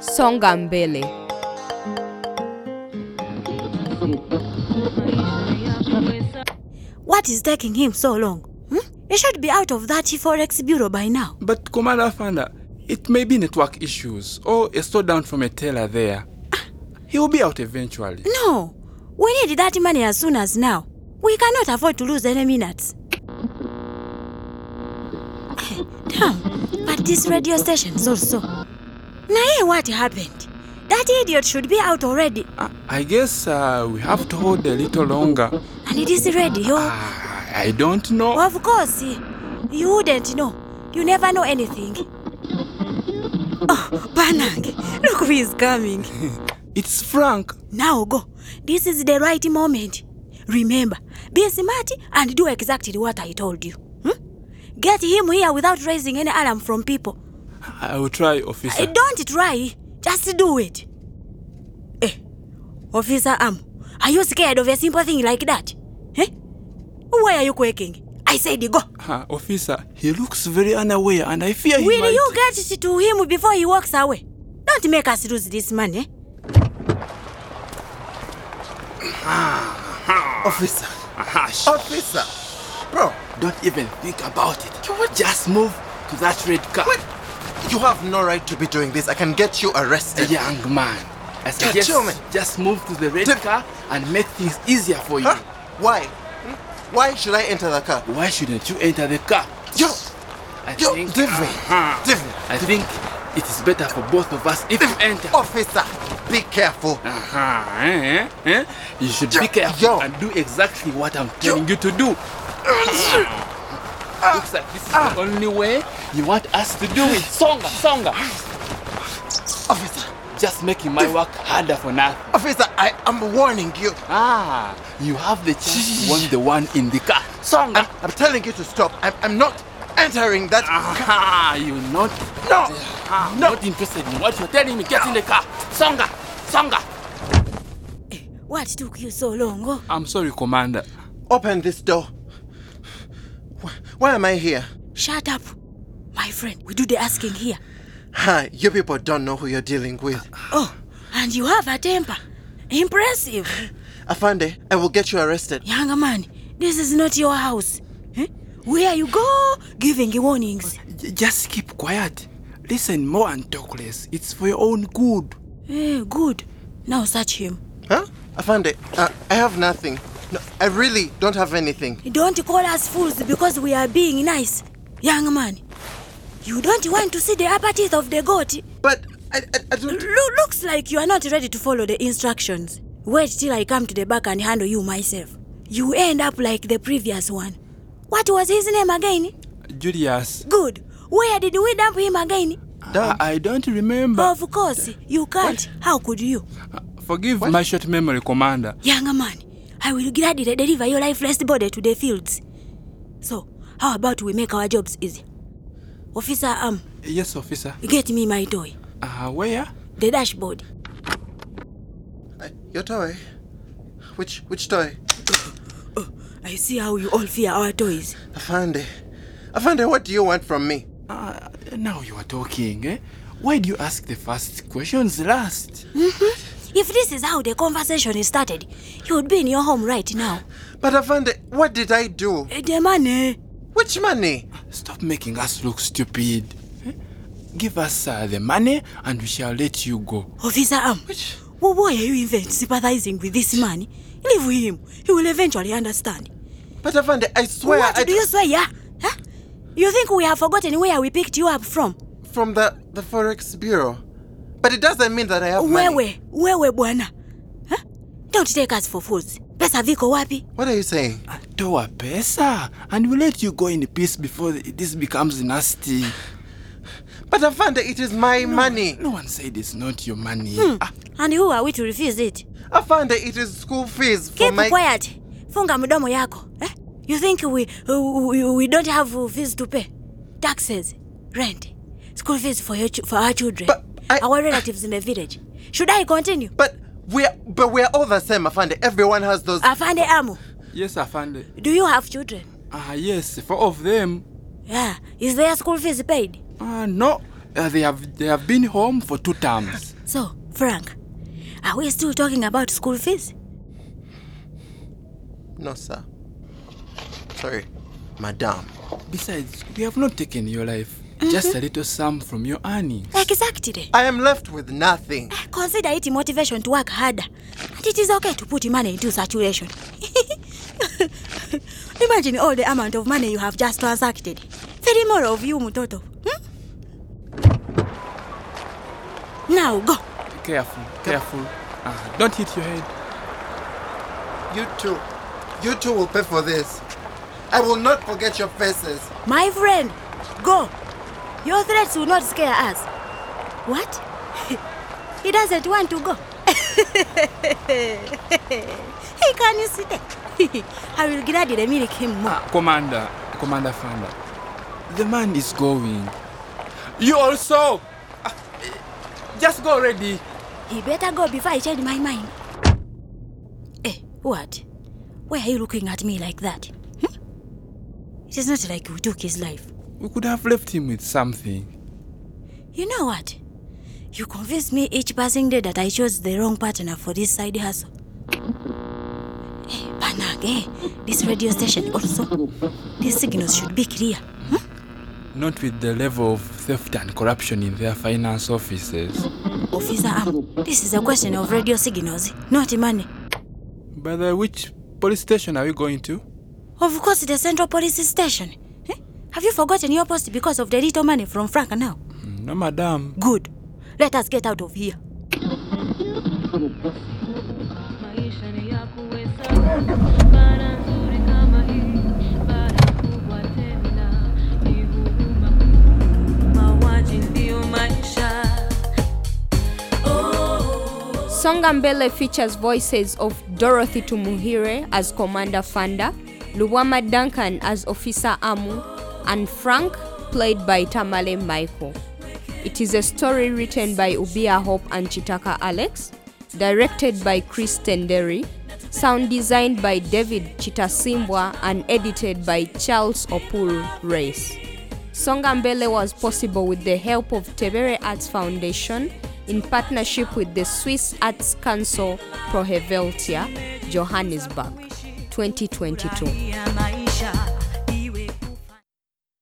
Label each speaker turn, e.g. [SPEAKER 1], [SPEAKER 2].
[SPEAKER 1] Songa mbele.
[SPEAKER 2] What is taking him so long? Hmm? He should be out of that Forex bureau by now.
[SPEAKER 3] But Commander Fanda, it may be network issues or a slowdown from a teller there. He will be out eventually.
[SPEAKER 2] No, we need that money as soon as now. We cannot afford to lose any minutes. Eh, Damn, but these radio stations also. Nae, what happened? That idiot should be out already.
[SPEAKER 3] I, I guess uh, we have to hold a little longer.
[SPEAKER 2] And it is radio.
[SPEAKER 3] I, I don't know.
[SPEAKER 2] Of course, you wouldn't know. You never know anything. Oh, Banang, look who is coming.
[SPEAKER 3] It's Frank.
[SPEAKER 2] Now go. This is the right moment. Remember, be smart and do exactly what I told you. Hmm? Get him here without raising any alarm from people.
[SPEAKER 3] I will try, officer.
[SPEAKER 2] Eh, Don't try, just do it. Eh, Officer Am, are you scared of a simple thing like that? Eh? Why are you quaking? I said go.
[SPEAKER 3] Ah, officer, he looks very unaware and I fear he
[SPEAKER 2] Will
[SPEAKER 3] might...
[SPEAKER 2] you get it to him before he walks away? Don't make us lose this money. Eh?
[SPEAKER 4] Officer,
[SPEAKER 3] Ah, sh-
[SPEAKER 4] officer, bro,
[SPEAKER 3] don't even think about it. Just move to that red car.
[SPEAKER 4] what? You have no right to be doing this. I can get you
[SPEAKER 3] A
[SPEAKER 4] arrested.
[SPEAKER 3] young man. I suggest
[SPEAKER 4] chill, man.
[SPEAKER 3] just move to the red
[SPEAKER 4] Dip.
[SPEAKER 3] car and make things easier for you.
[SPEAKER 4] Huh? Why? Hmm? Why should I enter the car?
[SPEAKER 3] Why shouldn't you enter the car?
[SPEAKER 4] Yo,
[SPEAKER 3] I
[SPEAKER 4] yo,
[SPEAKER 3] think,
[SPEAKER 4] Divin,
[SPEAKER 3] Uh-huh.
[SPEAKER 4] Divin,
[SPEAKER 3] I think it is better for both of us if you enter.
[SPEAKER 4] officer, be careful.
[SPEAKER 3] Uh-huh. Eh, eh, eh? You should be
[SPEAKER 4] Yo,
[SPEAKER 3] careful
[SPEAKER 4] yo.
[SPEAKER 3] and do exactly what I'm telling you to do. Uh-huh. Looks like this is the only way you want us to do it. Songa, songa.
[SPEAKER 4] Officer,
[SPEAKER 3] Just making my work harder for nothing.
[SPEAKER 4] officer, I am warning you.
[SPEAKER 3] Ah, you have the chance to warn the one in the car. Songa.
[SPEAKER 4] I'm, I'm telling you to stop. I'm, I'm not entering that car.
[SPEAKER 3] Ah, you not.
[SPEAKER 4] No,
[SPEAKER 3] I'm not interested in what you're telling me. Get in the car. Songa, songa.
[SPEAKER 2] Eh, What took you so long? Oh?
[SPEAKER 3] I'm sorry, Commander.
[SPEAKER 4] Open this door. Why, why am I here?
[SPEAKER 2] Shut up, my friend. We do the asking here.
[SPEAKER 4] Hi, you people don't know who you're dealing with.
[SPEAKER 2] Oh, and you have a temper. Impressive.
[SPEAKER 4] Afande, I will get you arrested.
[SPEAKER 2] Young man, this is not your house. Eh? Where you go, giving warnings.
[SPEAKER 3] J- just keep quiet. Listen more and talk less. It's for your own good.
[SPEAKER 2] Eh, good. Now search him.
[SPEAKER 4] Huh? Afande, uh, I have nothing. No, I really don't have anything.
[SPEAKER 2] Don't call us fools because we are being nice. Young man, you don't want to see the upper teeth of the goat.
[SPEAKER 4] But I, I, I don't.
[SPEAKER 2] Lo- looks like you are not ready to follow the instructions. Wait till I come to the back and handle you myself. You end up like the previous one. What was his name again?
[SPEAKER 3] Julius,
[SPEAKER 2] Good. Where did we dump him again?
[SPEAKER 3] I, I don't remember.
[SPEAKER 2] Of course, you can't. How could you?
[SPEAKER 3] Forgive my short memory, Commander.
[SPEAKER 2] Young man, I will gladly deliver your lifeless body to the fields. So, how about we make our jobs easy? Officer Am,
[SPEAKER 3] Yes, officer.
[SPEAKER 2] get me my toy,
[SPEAKER 3] Uh, where?
[SPEAKER 2] the dashboard.
[SPEAKER 4] I, your toy? Which which toy?
[SPEAKER 2] I see how you all fear our toys.
[SPEAKER 4] Afande. Afande, what do you want from me?
[SPEAKER 3] Uh, now you are talking, eh? Why do you ask the first questions last?
[SPEAKER 2] If this is how the conversation is started, you would be in your home right now.
[SPEAKER 4] But Afande, what did I do?
[SPEAKER 2] Eh, The money.
[SPEAKER 4] Which money?
[SPEAKER 3] Stop making us look stupid. eh? Give us uh, the money and we shall let you go.
[SPEAKER 2] Officer Am,
[SPEAKER 4] Which?
[SPEAKER 2] wh- why are you even sympathizing with this man? Leave him. He will eventually understand.
[SPEAKER 4] But Afande, I swear
[SPEAKER 2] what
[SPEAKER 4] I
[SPEAKER 2] do you swear, yeah? Huh? You think we have forgotten where we picked you up from?
[SPEAKER 4] from the the forex bureau. But it doesn't mean that I have money.
[SPEAKER 2] Wewe, wewe bwana. Huh? Don't take us for fools. Pesa viko wapi?
[SPEAKER 4] What are you saying?
[SPEAKER 3] Toa pesa and we let you go in peace before th- this becomes nasty.
[SPEAKER 4] But Afande, it is my money.
[SPEAKER 3] No one said it's not your money.
[SPEAKER 2] Hmm.
[SPEAKER 3] Ah,
[SPEAKER 2] And who are we to refuse it?
[SPEAKER 4] Afande, it is school fees for
[SPEAKER 2] Keep
[SPEAKER 4] my
[SPEAKER 2] quiet. Funga mdomo yako. Eh? You think we, we, we don't have fees to pay? Taxes, rent, school fees for, your, ch- for our children,
[SPEAKER 4] But I-
[SPEAKER 2] our relatives in the village. Should I continue?
[SPEAKER 4] But we're but we're all the same, Afande. Everyone has those.
[SPEAKER 2] Afande Amu,
[SPEAKER 3] yes, Afande.
[SPEAKER 2] do you have children?
[SPEAKER 3] Ah, yes, four of them.
[SPEAKER 2] Yeah. Is their school fees paid?
[SPEAKER 3] Ah, no, Uh, they have they have been home for two terms.
[SPEAKER 2] So, Frank, are we still talking about school fees?
[SPEAKER 4] No, sir. Sorry, madam.
[SPEAKER 3] Besides, we have not taken your life. Just a little sum from your earnings.
[SPEAKER 2] Exactly.
[SPEAKER 4] I am left with nothing.
[SPEAKER 2] Consider it motivation to work harder. And it is okay to put money into saturation. Imagine all the amount of money you have just transacted. Three more of you, Mutoto. Hmm? Now go.
[SPEAKER 3] Careful, careful. Ah, don't hit your head.
[SPEAKER 4] You two, you two will pay for this. I will not forget your faces.
[SPEAKER 2] My friend, go. Your threats will not scare us. What? he doesn't want to go. hey, can you see that? I will gladly milk him more.
[SPEAKER 3] Ah, Commander, Commander Fanda. The man is going. You also. Ah, Just go already.
[SPEAKER 2] He better go before I change my mind. Eh, what? Why are you looking at me like that? Hmm? It is not like you took his life.
[SPEAKER 3] We could have left him with something.
[SPEAKER 2] You know what? You convince me each passing day that I chose the wrong partner for this side hustle. Hey, Panag, eh? This radio station also. These signals should be clear.
[SPEAKER 3] Not with the level of theft and corruption in their finance offices.
[SPEAKER 2] Officer Am, this is a question of radio signals, not money.
[SPEAKER 3] By the way, which police station are you going to?
[SPEAKER 2] Of course, the central police station. Eh? Have you forgotten your post because of the little money from Frank now?
[SPEAKER 3] No, madam.
[SPEAKER 2] Good. Let us get out of here.
[SPEAKER 5] maisha ni ya kuweza bara nzuri kama hii bara kubwa tena ni huruma mauaji ndiyo maisha Oh.
[SPEAKER 1] Songa Mbele features voices of Dorothy Tumuhire as Commander Fanda, Luwama Duncan as Officer Amu, and Frank, played by Tamale Michael. It is a story written by Ubia Hope and Chitaka Alex, directed by Chris Tenderi, sound designed by David Chitasimbwa, and edited by Charles Opul Race. Songa Mbele was possible with the help of Tebere Arts Foundation in partnership with the Swiss Arts Council Pro Helvetia, Johannesburg, 2022.
[SPEAKER 5] Yeah.